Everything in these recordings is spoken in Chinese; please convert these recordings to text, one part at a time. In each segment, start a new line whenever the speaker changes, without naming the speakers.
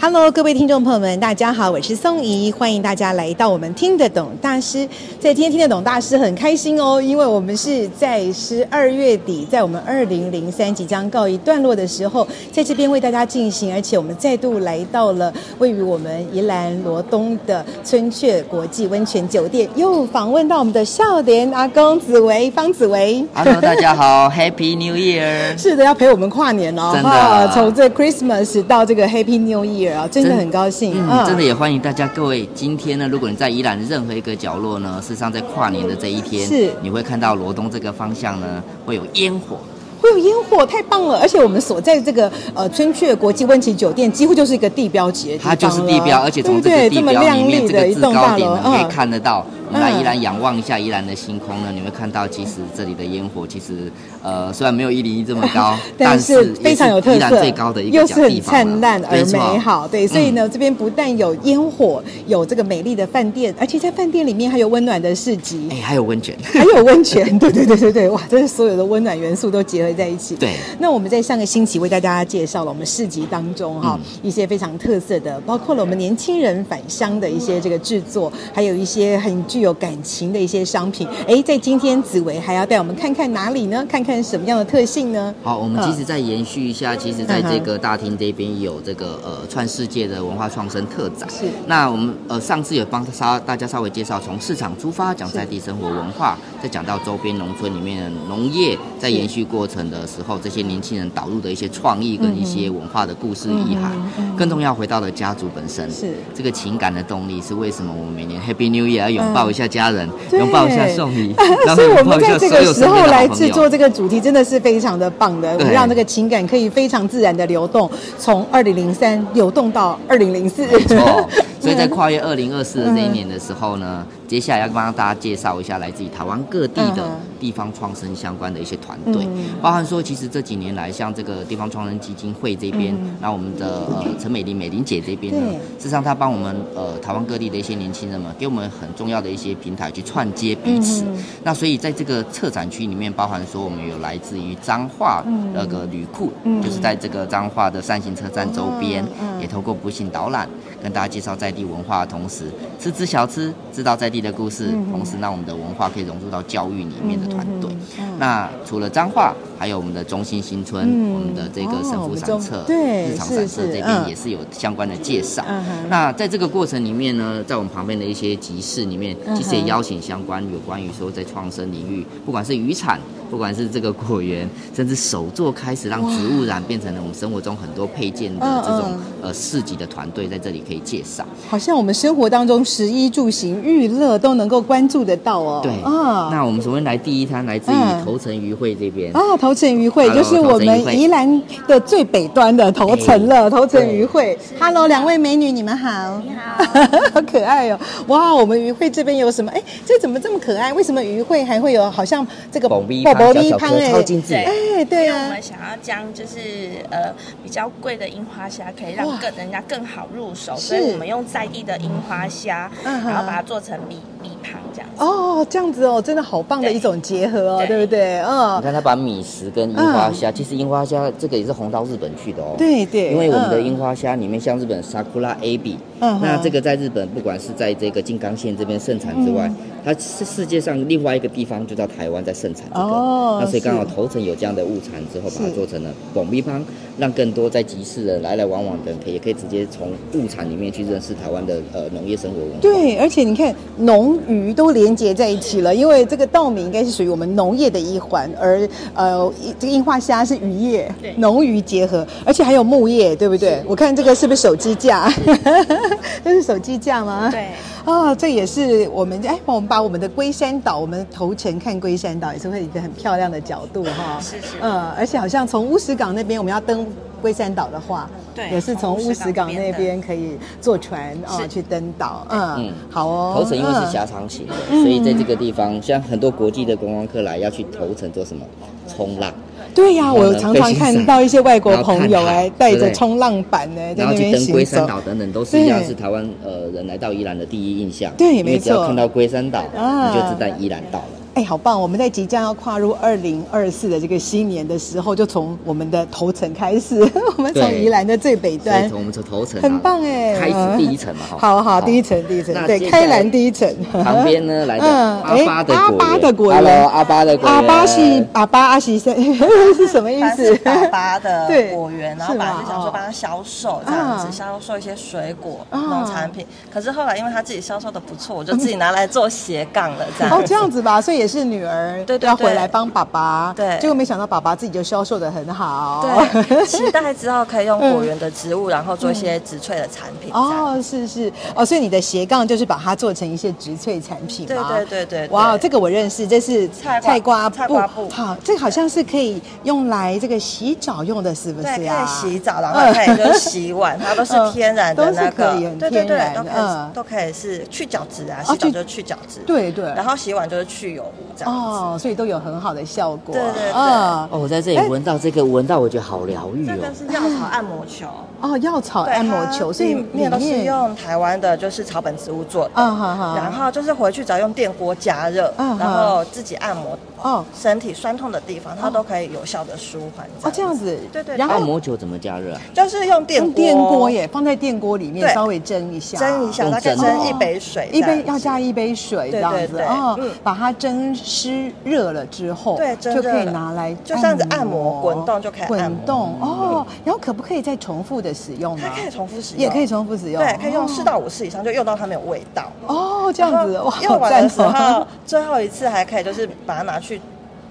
Hello，各位听众朋友们，大家好，我是宋怡，欢迎大家来到我们听得懂大师。在今天听得懂大师很开心哦，因为我们是在十二月底，在我们二零零三即将告一段落的时候，在这边为大家进行，而且我们再度来到了位于我们宜兰罗东的春雀国际温泉酒店，又访问到我们的笑脸阿公紫薇方紫薇。
Hello，大家好，Happy New Year！
是的，要陪我们跨年哦，
真的
哈从这 Christmas 到这个 Happy New Year 啊，真的很高兴，
嗯，真的也欢迎大家各位。今天呢，如果你在宜兰的任何一个角落呢，事实上在跨年的这一天，
是
你会看到罗东这个方向呢会有烟火，
会有烟火，太棒了！而且我们所在这个呃春雀国际温泉酒店，几乎就是一个地标级的地方
它
了
就是地标，而且从这
对
个
不对
地
么
标里
亮
面
丽
这
的
个
一
制
栋
高
大
点
楼
呢，你可以看得到。我们来
嗯，
宜兰仰望一下宜兰的星空呢，你会看到，其实这里的烟火其实呃虽然没有一零一这么高
但
是
是非常有特
也是宜兰
色，
最高的一
又
个
是
小地
很
方了
灿烂而
没错嗯
美好。对，所以呢，这边不但有烟火，有这个美丽的饭店，而且在饭店里面还有温暖的 市集
哎、，还有温泉，
还有温泉。 对对对对对，哇，这是所有的温暖元素都结合在一起。
对。
那我们在上个星期为大家介绍了我们市集当中
嗯
哈、一些非常特色的，包括了我们年轻人返乡的一些这个制作，还有一些很具有感情的一些商品。哎，在今天紫薇还要带我们看看哪里呢？看看什么样的特性呢？
好，我们
嗯
其实再延续一下，其实在
嗯哼
这个大厅这边有这个呃串世界的文化创生特展。
是
那我们呃上次有帮稍大家稍微介绍，从市场出发讲在地生活文化，再讲到周边农村里面的农业，在延续过程的时候，这些年轻人导入的一些创意跟一些文化的故事意
嗯
涵，更重要回到了家族本身。
是
这个情感的动力是为什么我们每年 Happy New Year 要拥抱一下家人，
嗯对，
拥抱一下宋怡然后
所以我
拥抱
们
一下
在这
所
个
有
时
身
候
边的
来
好朋
制
友。
作这个主题，真的是非常的棒的，我们
对
让这个情感可以非常自然的流动，从二零零三流动到二零零 四。
没 错，所以在跨越二零二四的
嗯
这一年的时候呢，接下来要帮大家介绍一下来自于台湾各地的
嗯哼
地方创生相关的一些团队，包含说其实这几年来，像这个地方创生基金会这边，那我们的呃陈美玲美玲姐这边呢
嗯对，
事实上她帮我们呃台湾各地的一些年轻人们，给我们很重要的一些平台去串接彼此。
嗯
那所以在这个策展区里面，包含说我们有来自于彰化
嗯
那个旅库，就是在这个彰化的扇形车站周边，
嗯
也透过步行导览跟大家介绍在地文化的同时，吃吃小吃，知道在地的故事，
嗯
同时让我们的文化可以融入到教育里面的团队。那除了彰化，还有我们的中心新村，
嗯
我们的这个
哦
神
我
父
们
散
中
策、
对
日常
是
散策
是
这
嗯
边也是有相关的介绍。
嗯哼
那在这个过程里面呢，在我们旁边的一些集市里面，
嗯哼
其实也邀请相关有关于说在创生领域，不管是渔产，不管是这个果园， 甚至手作开始让植物染变成了我们生活中很多配件的这种
嗯嗯哦
呃市集的团队，在这里可以介绍。
好像我们生活当中食衣住行娱乐都能够关注得到哦。
对，
啊。
那我们首先来第一摊来自
嗯
于头城渔会这边。
啊，头城渔会
Hello，
就是我们宜兰的最北端的头城
哎
了。头城渔会，Hello，两位美女，你们好，你好， 好可爱哦！哇，我们渔会这边有什么？哎，这怎么这么可爱？为什么渔会还会有好像这个
宝咪汤
宝宝咪
小小
汤
颗
哎
超精致
对
哎，对
因为我
啊
们，想要将就是呃比较贵的樱花虾，可以让
哇
更人家更好入手，
是
所以我们用在地的樱花虾，
嗯哼
然后把它做成米米汤这样子。
哦，这样子哦，真的好棒的
对
一种结合哦，
对
对不对？嗯
你，看，他把米食跟樱花虾，其实樱花虾这个也是红到日本去的哦。
对对
因为我们的
嗯
樱花虾里面像日本 sakura abi，
嗯哼
那这个在日本不管是在这个静冈县这边盛产之
嗯
外，它是世界上另外一个地方就到台湾在盛产这个。
哦
那所以刚好
是
头城有这样的物产之后，把它
是
做成了广逼汤，让更多在集市的来来往往的人，可以也可以直接从物产里面去认识台湾的呃农业生活文化。
对，而且你看，农渔都连接在一起了，因为这个稻米应该是属于我们农业的一环，而呃，一这个樱花虾是渔业
对，
农渔结合，而且还有牧业，对不对？我看这个是不是手机 架？这是手机架吗？。
对，
啊、这也是我们哎，我们把我们的龟山岛，我们头城看龟山岛也是会有一个很漂亮的角度哈、
是是
嗯，而且好像从乌石港那边我们要登龟山岛的话，
对
也是从乌石
乌石
港
港
那
那边
边可以坐船啊
是
去登岛。嗯
嗯，
好哦。
头城因为
嗯
是狭长型的，所以在这个地方，像很多国际的观光客来要去头城做什么冲浪，
嗯对呀、
然后
我
呢
常
飞
常
行
看
伞
到一些外国
然后
朋
看
友
海
哎，带
对不
着
对
冲浪板呢，在
然后
那
去
边
登龟
行
山
走。
岛等等，都是一样
对
是台湾呃人来到宜兰的第一印象。
对
因
没
为只要
错
看到龟山岛，
啊
你就知道宜兰到了。
哎，好棒！我们在即将要跨入二零二四的这个新年的时候，就从我们的头城开始， 我们从
对
宜兰的最北
所以
端
从，我们从头城啊
很棒哎，
开始第一层嘛，哈
好好，第一层，第一层，
那
对，
接下
开
来
兰第一层，
旁 边呢来的
嗯
阿巴的
哎阿巴的果
果
园
园，Hello，阿巴的果园，
阿巴西，阿巴阿西森 是什么意
它
思
嗯是？爸爸的
对
果园，然后
是
本
吗
来就想说帮他销售这样
啊
子，销售一些水果、
啊
农产品。可是后来因为他自己销售的不错，我就自己拿来做斜杠了这样
哦，。这样子吧，所以也是女儿
对对
要回
对
来帮爸爸，
对
结果没想到爸爸自己就销售的很好，
对，期待之后可以用果园的植物，然后做一些植萃的产品。这样，
哦，是是哦，所以你的斜杠就是把它做成一些植萃产品
对
嘛。
对对对。对
哦哇，这个我认识，这是
菜瓜
菜瓜
菜瓜布
好，这个好像是可以用来这个洗澡用的，是不
对，可
是
以
啊？
洗澡，然后可以就是洗碗， 它都是天然的
嗯
那个
都是可以很，
对对
天
对
然，
都可
嗯
以都可以是去角质啊，
哦
洗澡
去
就是去角质，
对对
然后洗碗就是去油污这样子。
哦，所以都有很好的效果。
对对对
嗯
哦，我在这里闻到这个，闻到我觉得好疗愈
这
哦
个。是药草按摩球，
哦，药草
对
按摩
它
球，所以
里
里
面都是
面
用台湾的，就是草本植物做的。
嗯好好
然后就是回去只要用电锅加热，
嗯
然
好
后自己按摩
哦
身体酸痛的地方，它都可以有效的舒缓。
哦这样子，
对对
然
按
后
摩球怎么加热啊？
就是用电
用电锅耶，放在电锅里面
对
稍微蒸一下，
蒸一下，
用
大概
蒸
蒸
的
一杯水
哦
这
一
样子，
杯要加一杯水这
对
样
对
子
对
哦
嗯，
把它蒸湿热了之后，
对蒸
就可以
热了
拿来
就这样子按摩滚动就可以按
滚
摩嗯
动哦。然后可不可以再重复的使用呢
它？可以重复使用，
也可以重复使用，
对，可以用
哦
四到五次以上，就用到它没有味道。
哦，这样子
然
哇，
后
好
用完
赞
的时候
哦。，
最后一次还可以就是把它拿去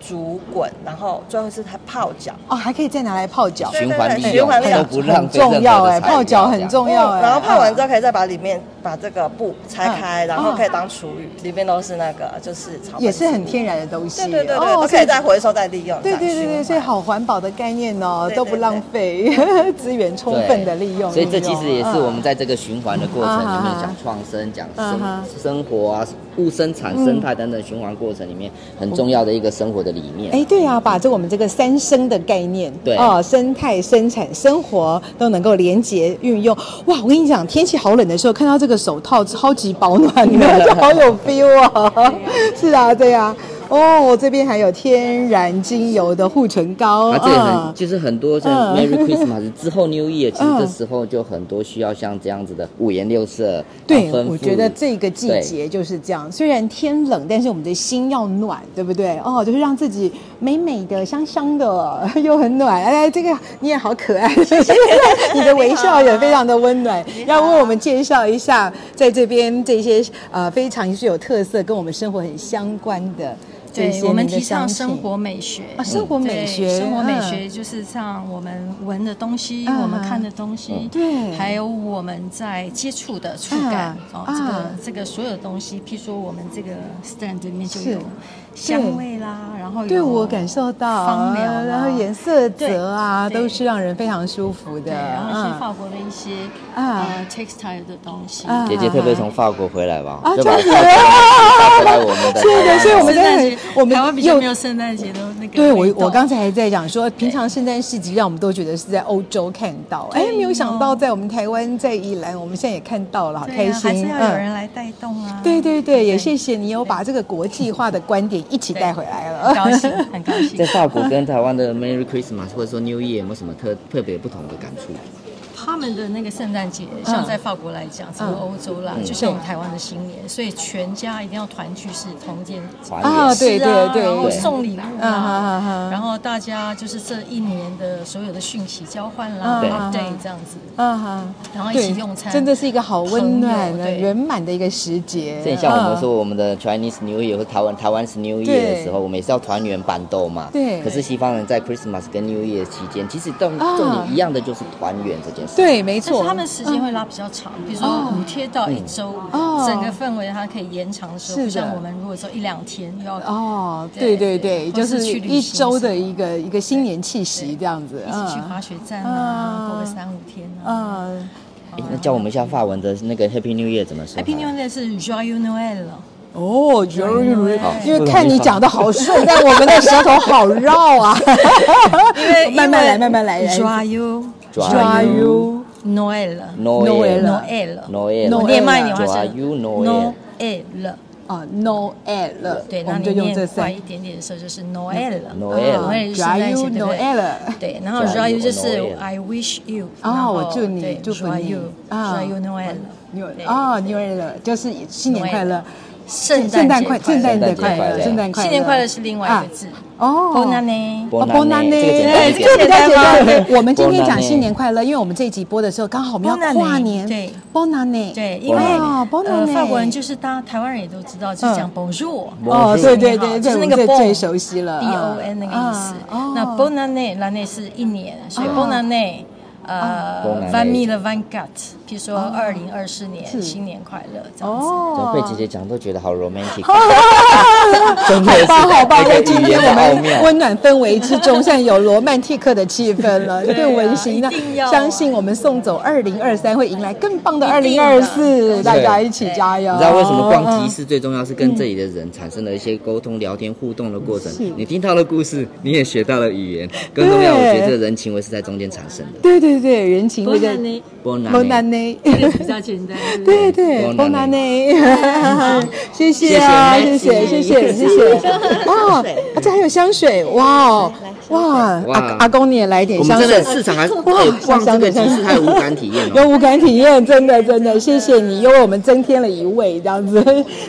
煮滚，然后最后一次还泡脚。
哦，还可以再拿来泡脚，
对
循环利
对
用，
循环利
它
用
都不浪
很
费任何
重
的
要哎，
材料
泡脚很重要哎。
然后泡完之
后，
后，可以再把里面把这个布拆开，
嗯
然后可以当厨余，里面都是那个就是草本
也是很
植物
天然的东西，
对对对对，
哦
都
所
可
以
以再回收再利用。
对对
这
对
样循
对，
环
所以好环保的概念哦，
对
都不
对对
浪费， 资源充分的利用。
所以这
利
其
用
实也是
嗯
我们在这个循环的过程里
嗯
面，讲创生、讲生
嗯
生活啊、物生产、生态等等循环过程里面很重要的一个生活的理念。
哎，对啊，把这我们这个三生的概念，
对
哦，生态、生产、生活都能够连结运用。哇，我跟你讲，天气好冷的时候，看到这个手套超级保暖 的，就好有 feel 啊！是啊，对啊。哦，这边还有天然精油的护唇膏
啊，这也很
啊，
就是很多像
嗯
Merry Christmas 之后 New Year，其实
嗯
这时候就很多需要像这样子的五颜六色，
对
啊，丰富
我觉得这个季
对
节就是这样。虽然天冷，但是我们的心要暖，对不对？哦，就是让自己美美的、香香的， 又很暖。哎，这个你也好可爱， 你的微笑也非常的温暖。要为我们介绍一下，在这边这些呃非常具有特色、跟我们生活很相关的这
对
些，
我们
您的
提倡
商
生
品
活美学
啊，生活美
对
学，
生活美
嗯
学就是像我们闻的东西，
嗯
我们看的东西，
对
还有我们在接触的触感，
啊
哦，
啊
这个这个所有的东西，譬如说我们这个 stand 里面就是有香味啦，然后有
对我感受到，
芳疗啦，
然后颜色泽啊，
对对
都是让人非常舒服的。
对，然后是
嗯
法国的一些
啊
呃 textile 的东西，
啊
姐姐特别从法国回来吧
啊，
就把法
真
国
的
带回来我们的台湾。啊
是的所以我们
圣诞节
真的很我们
台湾比较
又
没有圣诞节的那个
对我
味，道
我刚才还在讲说，平常圣诞市集让我们都觉得是在欧洲看到，哎
对，
没有想到
哦
在我们台湾，在宜兰，我们现在也看到了，好
对
开
啊还是
心。嗯
要有人来带动啊，
对对对，也谢谢你有把这个国际化的观点一起带回来
很
了。
高兴， 很高兴
在。法国跟台湾的 Merry Christmas 或者说 New Year 有没有什么特特别不同的感触？
他们的那个圣诞节，
嗯
像在法国来讲，整个欧洲啦，就像我们台湾的新年，所以全家一定要团聚，是同一件
华
啊
语
对
是啊
对
然后
对
送礼物
啊啊啊啊
啊，然后大家就是这一年的所有的讯息交换
对
啦，对，这样子，
啊哈，
然后一
啊对
起用餐，
真的是一个好温暖
朋友
的、
对
圆满的一个时节。
这很像我
嗯
们说我们的 Chinese New Year 或台湾台湾是 New
对
Year 的时候，我们也是要团圆板豆嘛。
对
可是西方人在 Christmas 跟 New Year 期间，其实重
啊
重点一样的就是团圆这件事
对，没
但
错，嗯
是他们时间会拉比较长，比如说五天到一周，
哦
整个氛围它可以延长的时
是
候，
的
不像我们如果说一两天又要
哦，对
对
对对，
对
就
或是
是
去旅
一
行
周
什
的
么
一个一个新年气息
对
这样子，
一起去
嗯
滑雪站啊，过个三五天啊。
嗯，
诶那教我们一下法文的那个 Happy New Year 怎么说
Happy New Year 是 Joyeux Noël 了，
哦，就是
好
因为
不容易
看你
发
讲的好顺，但我们的舌头好绕 啊。
因为
慢慢来慢慢来来
Joyeux
抓
you
Noël
Noel
Noël
Noel
我念慢一点的话是
Joyeux Noël
Noël，
啊，Noel 了，
对，
我
那
们
你
就用这
念快
三
一点点的时候就是 Noël 了。
啊
Noel
是圣诞节
Joyeux
对不对
Noël
对，然后
Joyeux
Joyeux 就是
Noël
I wish you，然
啊，
后
我祝你
对
祝福你
Joyeux
啊
Joyeux Noël，对
啊，Noel 了，就是新年快乐，
圣
圣诞
节
快，
快
圣诞
乐，
的
的
快
快
乐，
乐
圣诞快乐，
新年快乐是另外一个字
哦。
，Bon
哦
année。
Bonne
，Bon
année，这个简单
année，
一
哎
点
这个比较简 单。
对
对我们今天
Bon
讲
année
新年快乐，因为我们这一集播的时候刚好我们要
Bon année，
跨年，
对
，Bon année，
对，因为
哦，Bon
呃
année
法国人就是大家台湾人也都知道，就是讲 Bonjour。
哦，
Bonjour
对对对，
就是那
这
个
我们最
bon，
最熟悉了啊
B O N 那个意思。
嗯
那 b o n a n e l a n e 是一年，所以 b o n a n e 呃
Bonne
v
année
a n m i l e v a n g a t 比如说二零二四年新年快乐这样子。
怎么被姐
哦。
姐讲都觉得好 romantic，真 的是
棒好棒！
那
在
个
今
语言
天
的
我
奥
们
妙。
温暖氛围之中，现在有罗曼蒂克的气氛 了，
啊
对温馨。那
一定要啊
相信我们送走二零二三，会迎来更棒的二
一定
零
的
二四，大家一起
对
加油！
你知道为什么
哦
逛
嗯
集市最重要？是跟这里的人产生了一些沟通、聊天、互动的过程。你听到了故事，你也学到了语言。更重要，我觉得这个人情味是在中间产生的。
对对对，人情味在。
Bon
蒙
année
南内，
比较简单。
对对，蒙
蒙
南
南
内， 谢谢啊，谢
谢谢
谢谢谢谢谢， 哇，啊这还有香水，哇哦哇，阿
哇
阿公你也来点
我们
香
真的，
水
市场还哎逛这个集市还有无感体验
有
哦。
无感体验，真的真的，谢谢你，又为我们增添了一味，这样子，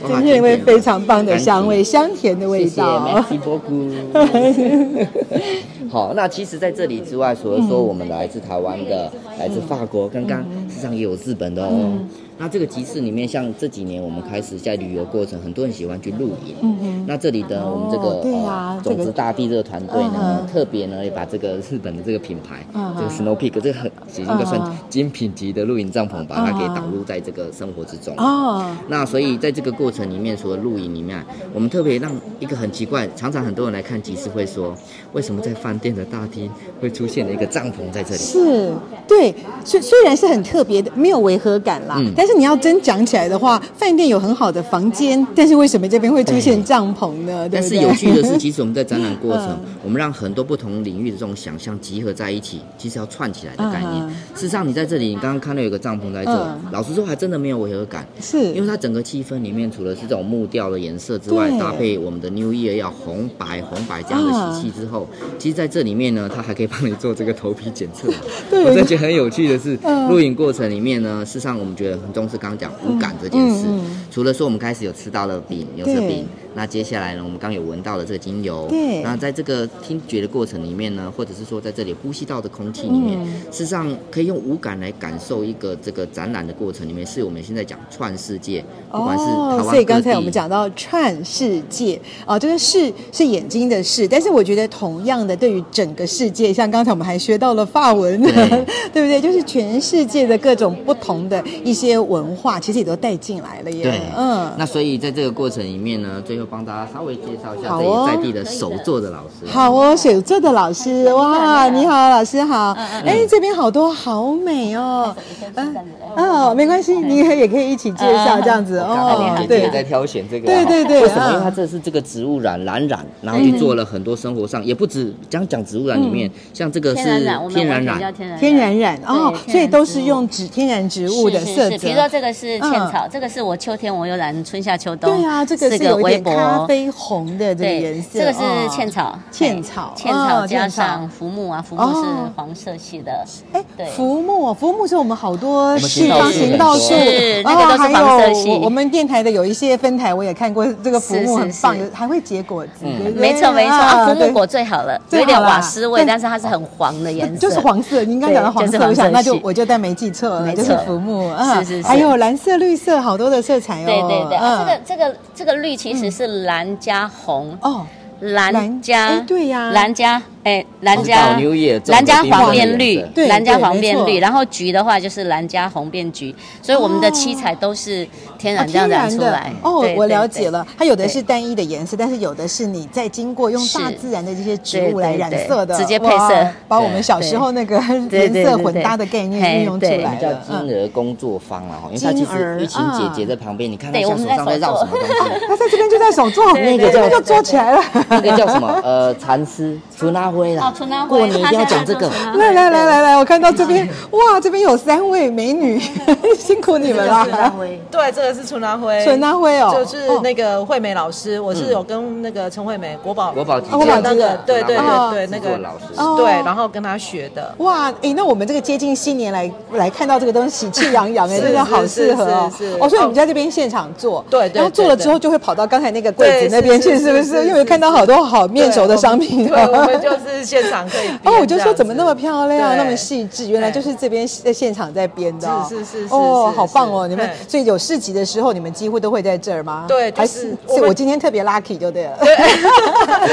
增添一味非常棒的香味，香甜的味
谢谢
道
Merci。beaucoup 好，那其实在这里之外，除了说我们来自台湾的、来自法国，刚刚市场也有日本的哦。
嗯
那这个集市里面，像这几年我们开始在旅游过程，很多人喜欢去露营。嗯嗯。那这里的我们这
哦
个、
对啊
呃
这个
种子大地这个团队呢，
嗯
特别呢也把这个日本的这个品牌，
嗯
这个 Snow Peak 这个很已经算精品级的露营帐篷，把它给导入在这个生活之中。
哦，
那所以在这个过程里面，除了露营里面，我们特别让一个很奇怪，常常很多人来看集市会说，为什么在饭店的大厅会出现了一个帐篷在 这里？
是对，虽虽然是很特别的，没有违和感啦。
嗯
但是你要真讲起来的话，饭店有很好的房间，但是为什么这边会出现帐篷呢？对
但
不
是
对？
有趣的是，其实我们在展览过程
嗯，
我们让很多不同领域的这种想象集合在一起，其实要串起来的概
嗯
念。事实上，你在这里，你刚刚看到有个帐篷在这
嗯，
老实说还真的没有违和感。因
是
为它整个气氛里面，除了是这种木调的颜色之外
对，
搭配我们的 New Year 要红白红白这样的喜气之后，
嗯
其实在这里面呢，它还可以帮你做这个头皮检测。
对
我真的觉得很有趣的是
嗯，
录影过程里面呢，事实上我们觉得很重视刚刚讲无感这件事
嗯嗯。
除了说我们开始有吃到了饼牛舌
对
饼，那接下来呢，我们刚有闻到了这个精油。
对
那在这个听觉的过程里面呢，或者是说在这里呼吸到的空气里面，
嗯
事实上可以用五感来感受一个这个展览的过程里面，是我们现在讲串世界，不管是台湾各地，
哦所以刚才我们讲到串世界啊、这个世是眼睛的视，但是我觉得同样的，对于整个世界，像刚才我们还学到了法文，对
对
不 对？就是全世界的各种不同的一些文化，其实也都带进来了耶。
对，
嗯，
那所以在这个过程里面呢，最后帮大家稍微介绍一下
好
这
哦
里在地的手作的老师。
好哦，水做的老师，哇，你好，老师好。哎，这边好多好美哦。嗯，哦，没关系，你也可以一起介绍这样子
我刚好
哦
姐。姐也在
对，
挑选这个，啊
对对对
为什么？
嗯
因为它这是这个植物染蓝染，然后去做了很多生活上，也不止讲讲植物染里
嗯
面，像这个是
天然染，我们
天然
完全叫
染，
天然
天然染哦，
对
所以都
天
是
然植物
用植天然植物的
是
色
是是，比如说
泽。嗯
这个是茜草，这个是我秋天我有染春夏秋冬，
对啊，这个
四
是有一
微
点
博
咖啡红的这个
对，
颜色。
这个是茜
哦。
草，
茜草
对茜
哦
草加
茜
上浮木啊，浮木
哦
是黄色系的，
哎，
对
浮木哦，浮木是我们好多
们
是
行道
方
树
行
很
道
多
树，
是
然
那个
后
都是
还
黄色
有
系
我我们电台的有一些分台，我也看过这个浮
是
木
是
很棒
是，嗯
还会结果子。对不对
没错没错
啊
啊，浮
对
木果最好了，
最
有
好啦
点瓦斯味，
但哦
但是它是很黄的颜色，
就是黄色，你应该讲到黄
对就
色，
是黄色
我想那就
系
我就但没记错了，
没
就
错
是浮木啊，
是是是
还有蓝色、绿色，好多的色彩哦。
对对对，啊
嗯
这个这个这个绿其实是蓝加红，
哦，蓝
蓝加
哎对呀
蓝加哎，兰家
New Year 种的
兰家
缤纷
黄变
的
绿
颜色，
对
兰家黄
对没
变
错
绿，然后橘的话就是兰家红变橘，所以我们的七彩都是天
啊
然
哦
这
天
样
然
染出
的
来。
哦
对，
我了
对
解
对
了。它有的
对
是单一的颜色，但是有的是你在经过用
是
大自然的这些植
对
物来
对
染
对
色的，
直接配
哇
色
把我
对
们小时
对
候那个
对
颜
对
色
对
混
对
搭的概念
嘿
运用出
对
来
叫
了。嗯
金儿工作坊啦，吼因为它
金
其
儿
实玉清姐姐在旁边，你看她
对
现
我
在
们
手上在
在手
绕什么东西？
他在这边就在手做，
对
这
对
边
对
就做起来了。
那个叫什么？呃，蚕丝、春阿辉啦。
哦，春花
过年一定要讲这个。
来来来来来，我看到这边哇，这边有三位美女， 辛苦你们了。
对，这个是春阿辉，
纯阿辉哦
就是那个惠美老师，我是有跟那个陈惠美国宝
嗯国宝级
啊国宝
那
级
个
的，
对对
哦
对对，那
制作
个
老师
哦
对，然后跟他学的。
哇，哎、那我们这个接近新年来来看到这个东西，喜气洋洋哎，
是
真的好
是
适合哦
是是是。
哦，所以你们在这边现场做，
对对
然后做了之后
对对
就会跑到刚才那个柜子
对
那边去，
是是
是不
是
是？
是
因为看到好多好面熟的商品哦
对，我们就是现场可以编
哦，我就
这
说
样
怎么
子
那么漂亮，啊
对
那么细致，原来
对
就是这边在现场在编的哦，
是是是是
哦，
是
好棒哦！
是
你们
嘿
所以有市集的时候，你们几乎都会在这儿吗？
对就是
还
我
是
们
我今天特别 lucky 就对了。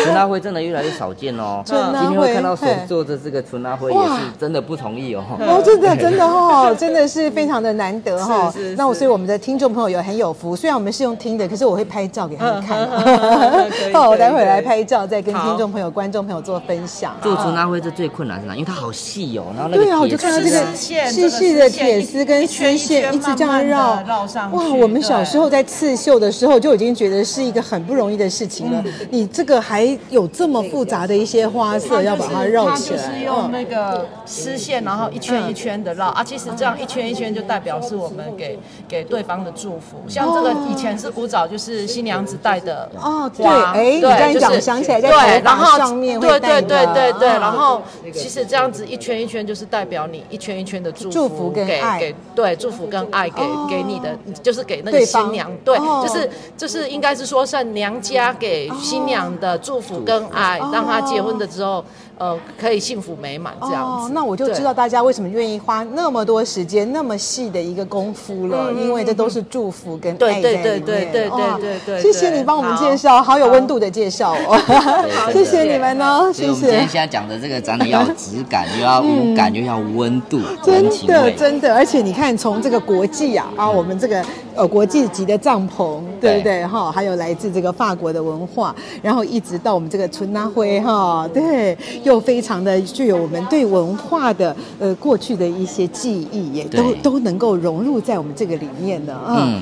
春阿辉真的越来越少见哦。
春阿辉
今天会看到手做的这个春阿辉，也是真的不同意哦。
哦，真 的真的哦，真的是非常的难得哦。
是是
那我
是
所以我们的听众朋友有很有福，虽然我们是用听的，可是我会拍照给他们看
嗯嗯 嗯嗯嗯可
哦，
以。可
我
以
待会
可以
来拍照，再跟
好
听众朋友、观众朋友做分享。啊
做春阿辉这最困难是哪？因为它好细哦，然后那个
对啊，我就
铁丝
看到这个
丝线
细细
这
的
个丝线
铁丝跟
一
丝
圈
线
一圈
一直这样
慢
绕
慢地绕上去
哇，我们
对
小时候在刺绣的时候就已经觉得是一个很不容易的事情了。
嗯
你这个还有这么复杂的一些花色要把它绕起
它就
来
是，
嗯
用那个丝线，然后一圈一圈的绕啊。其实这样一圈一圈就代表是我们给给对方的祝福。像这个以前是古早，就是新娘子戴的
哦，对，
花
哎，你这样讲，我想起来在
对，
头
然
发
后
上面会
对
戴
对对
的
对对，
啊
然后其实这样子一圈一圈就是代表你一圈一圈的祝
祝福跟
给
爱
给对祝福跟爱给
哦
给你的，就是给那个
对方
新娘，对，
哦
就是就是应该是说是娘家给新娘的祝福跟爱，
哦
让她结婚的之后呃可以幸福美满这样
哦
子。，
那我就
对
知道大家为什么愿意花那么多时间、那么细的一个功夫
嗯
了，因为这都是祝福跟
对
爱在
对
里面。
对对对对
哇
对对
谢谢
对
你帮我们
好
介绍，好有温度的介绍哦，
对真
谢
的
谢你们哦，
所以
谢
我们今
谢
天现。在讲的这个展览要有质感，又要无感，又要温度，
真
人情
的，
味。
真的，而且你看，从这个国际啊啊，我们这个呃国际级的帐篷，对不对哈？还有来自这个法国的文化，然后一直到我们这个春拉灰哈，对，又非常的具有我们对文化的呃过去的一些记忆，也都
对
都能够融入在我们这个里面的啊。
嗯，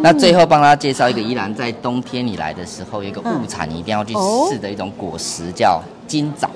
那最后帮大家介绍一个，依然在冬天你来的时候，有一个物产你一定要去
哦
试的一种果实，叫金枣。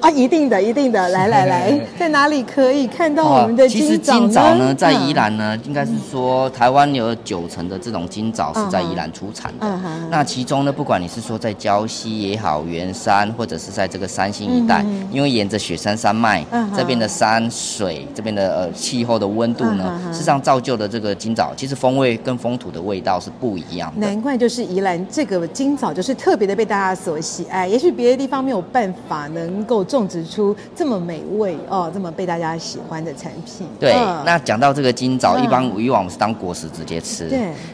啊，一定的，一定的，来 来来，在哪里可以看到我们的
啊其实
金
金
枣
枣呢，在宜。
嗯
兰呢，应该是说台湾有九成的这种金枣是在宜兰出产的。
嗯哼
那其中呢，不管你是说在礁溪也好，圆山或者是在这个山心一带，因为沿着雪山山脉、
嗯嗯哼
这边的山水，这边的呃气候的温度呢，
嗯哼哼
事实上造就了这个金枣，其实风味跟风土的味道是不一样的。
难怪就是宜兰这个金枣就是特别的被大家所喜爱，也许别的地方没有办法能够种植出这么美味哦，这么被大家喜欢的产品。
对，
嗯
那讲到这个金枣，
嗯
一般以往我们是当果实直接吃，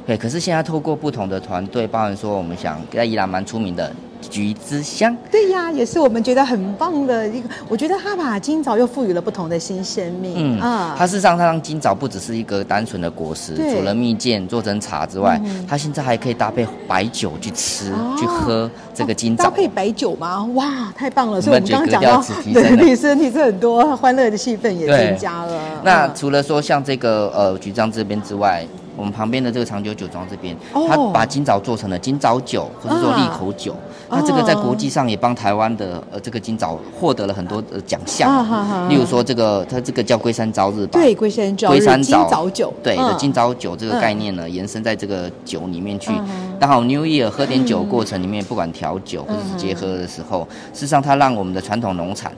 对
可是现在透过不同的团队，包含说我们想在宜兰蛮出名的橘之乡，
对呀，也是我们觉得很棒的一个，我觉得它把金枣又赋予了不同的新生命。
嗯，
啊
它事实上它让金枣不只是一个单纯的果实，
对嗯
除了蜜饯做成茶之外，它现在还可以搭配白酒去吃、
哦
去喝这个金
搭
枣。
配白酒吗？哇，太棒了！所以我
有
们
没有
刚
觉
刚讲哦
得格调值
到
提 升
对
了
提升提升很多，欢乐的气氛也
对
增加了。
那
嗯
除了说像这个呃菊章这边之外，我们旁边的这个长久酒庄这边，
哦
它把金枣做成了金枣酒，或者说利口酒。
啊
那这个在国际上也帮台湾的呃这个金枣获得了很多呃奖项，
啊哈哈
例如说这个它这个叫龟山朝日吧，
对龟山朝日
龟山
金枣酒
对
嗯
的金枣酒这个概念呢，延伸在这个酒里面去。
嗯
刚好 New Year 喝点酒过程里面，不管调酒或者直接喝的时
嗯
候，事实上它让我们的传统农产。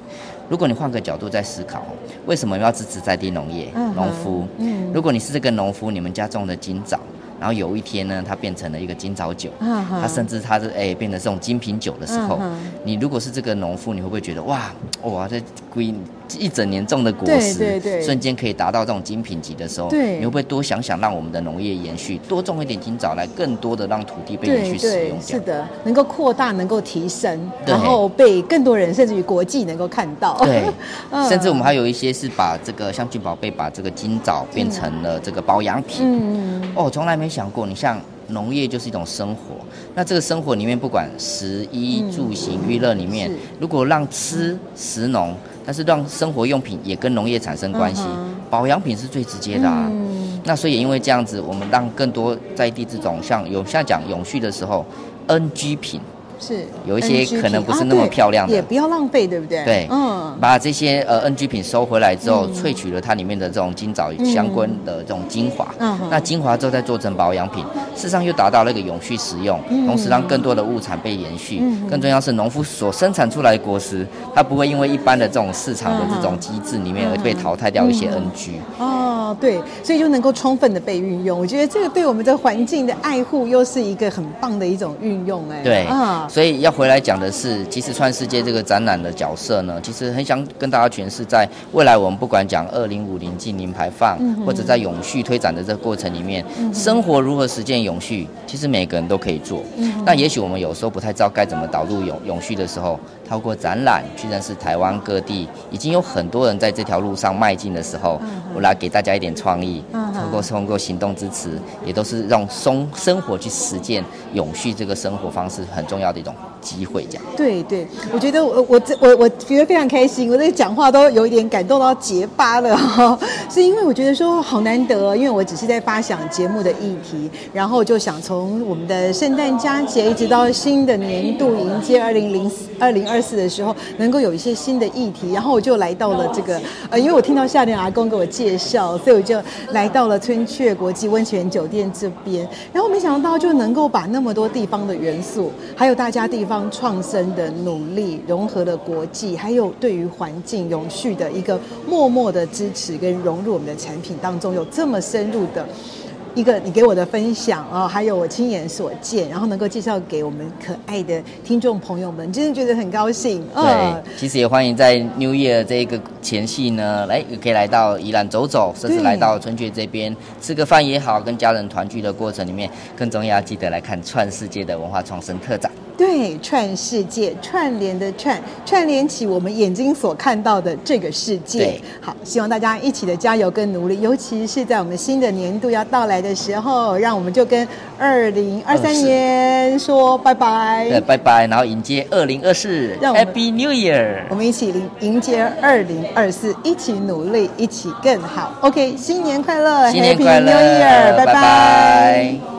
如果你换个角度在思考，为什么要支持在地农业、
嗯哼
农夫？如果你是这个农夫，你们家种的金枣，然后有一天呢，它变成了一个金枣酒，
嗯哼
它甚至它是哎、变成这种精品酒的时候，
嗯哼
你如果是这个农夫，你会不会觉得哇，哇这归一整年种的果
对
实，
对对
瞬间可以达到这种精品级的时候，你
对
会不会多想想，让我们的农业延续，多种一点青枣来，更多的让土地被
对
延续使
对
用，掉
是？的，能够扩大，能够提升，
对
然后被更多人，甚至于国际能够看到。
对
嗯，
甚至我们还有一些是把这个像聚宝贝把这个金枣变成了这个保养品，
嗯，
哦，从来没想过，你像农业就是一种生活，那这个生活里面不管食衣住行娱乐里面
嗯是，
如果让吃食农，但是让生活用品也跟农业产生关系，
嗯
保养品是最直接的啊。
嗯
那所以也因为这样子，我们让更多在地这种像有像讲永续的时候，NG 品
是
有一些
NG
可能
品
不是
啊
那么
对
漂亮的
也不要浪费，对不对？
对，
嗯，
把这些呃 NG 品收回来之后，萃取了它里面的这种金枣相关的这种精华，
嗯哼
那精华之后再做成保养品，事实上又达到了一个永续使用，
嗯
同时让更多的物产被延续。更重要是，农夫所生产出来的果实，它不会因为一般的这种市场的这种机制里面而被淘汰掉一些
嗯
NG。
哦，对，所以就能够充分的被运用。我觉得这个对我们的环境的爱护又是一个很棒的一种运用，哎，
对，
啊，
所以要回来讲的是，其实创世界这个展览的角色呢，其实很想跟大家诠释，在未来我们不管讲二零五零近零排放，
嗯
或者在永续推展的这个过程里面，生活如何实践永续，其实每个人都可以做。
嗯
那也许我们有时候不太知道该怎么导入永永续的时候，透过展览去认识台湾各地已经有很多人在这条路上迈进的时候，我来给大家一点创意，
嗯哼
透过通过行动支持，也都是让生生活去实践永续这个生活方式很重要的一种机会，这样。
对对，我觉得我我这我我觉得非常开心，我在讲话都有一点感动到结巴了 哈、是因为我觉得说好难得，因为我只是在发想节目的议题，然后就想从我们的圣诞佳节一直到新的年度迎接二零零二零二四的时候，能够有一些新的议题，然后我就来到了这个呃，因为我听到夏莲阿公给我介绍，所以我就来到了春雀国际温泉酒店这边，然后没想到就能够把那么多地方的元素，还有大家地方创生的努力，融合了国际，还有对于环境永续的一个默默的支持跟融入我们的产品当中，有这么深入的。一个你给我的分享啊、还有我亲眼所见，然后能够介绍给我们可爱的听众朋友们，真的觉得很高兴。呃
对，其实也欢迎在 New Year 这个前夕呢，来也可以来到宜兰走走，甚至
对
来到春雀这边吃个饭也好，跟家人团聚的过程里面，更重要记得来看串世界的文化创生特展。
对，串世界，串联的呃串，串联起我们眼睛所看到的这个世界
对。
好，希望大家一起的加油跟努力，尤其是在我们新的年度要到来的时候，让我们就跟二零二三
嗯是
年说拜
对，拜
拜。
拜，然后迎接二零二四
哎让我们
，Happy New Year！
我们一起迎迎接二零二四，一起努力，一起更好。OK，新年快乐
新年
Happy
快乐
New Year，拜
拜拜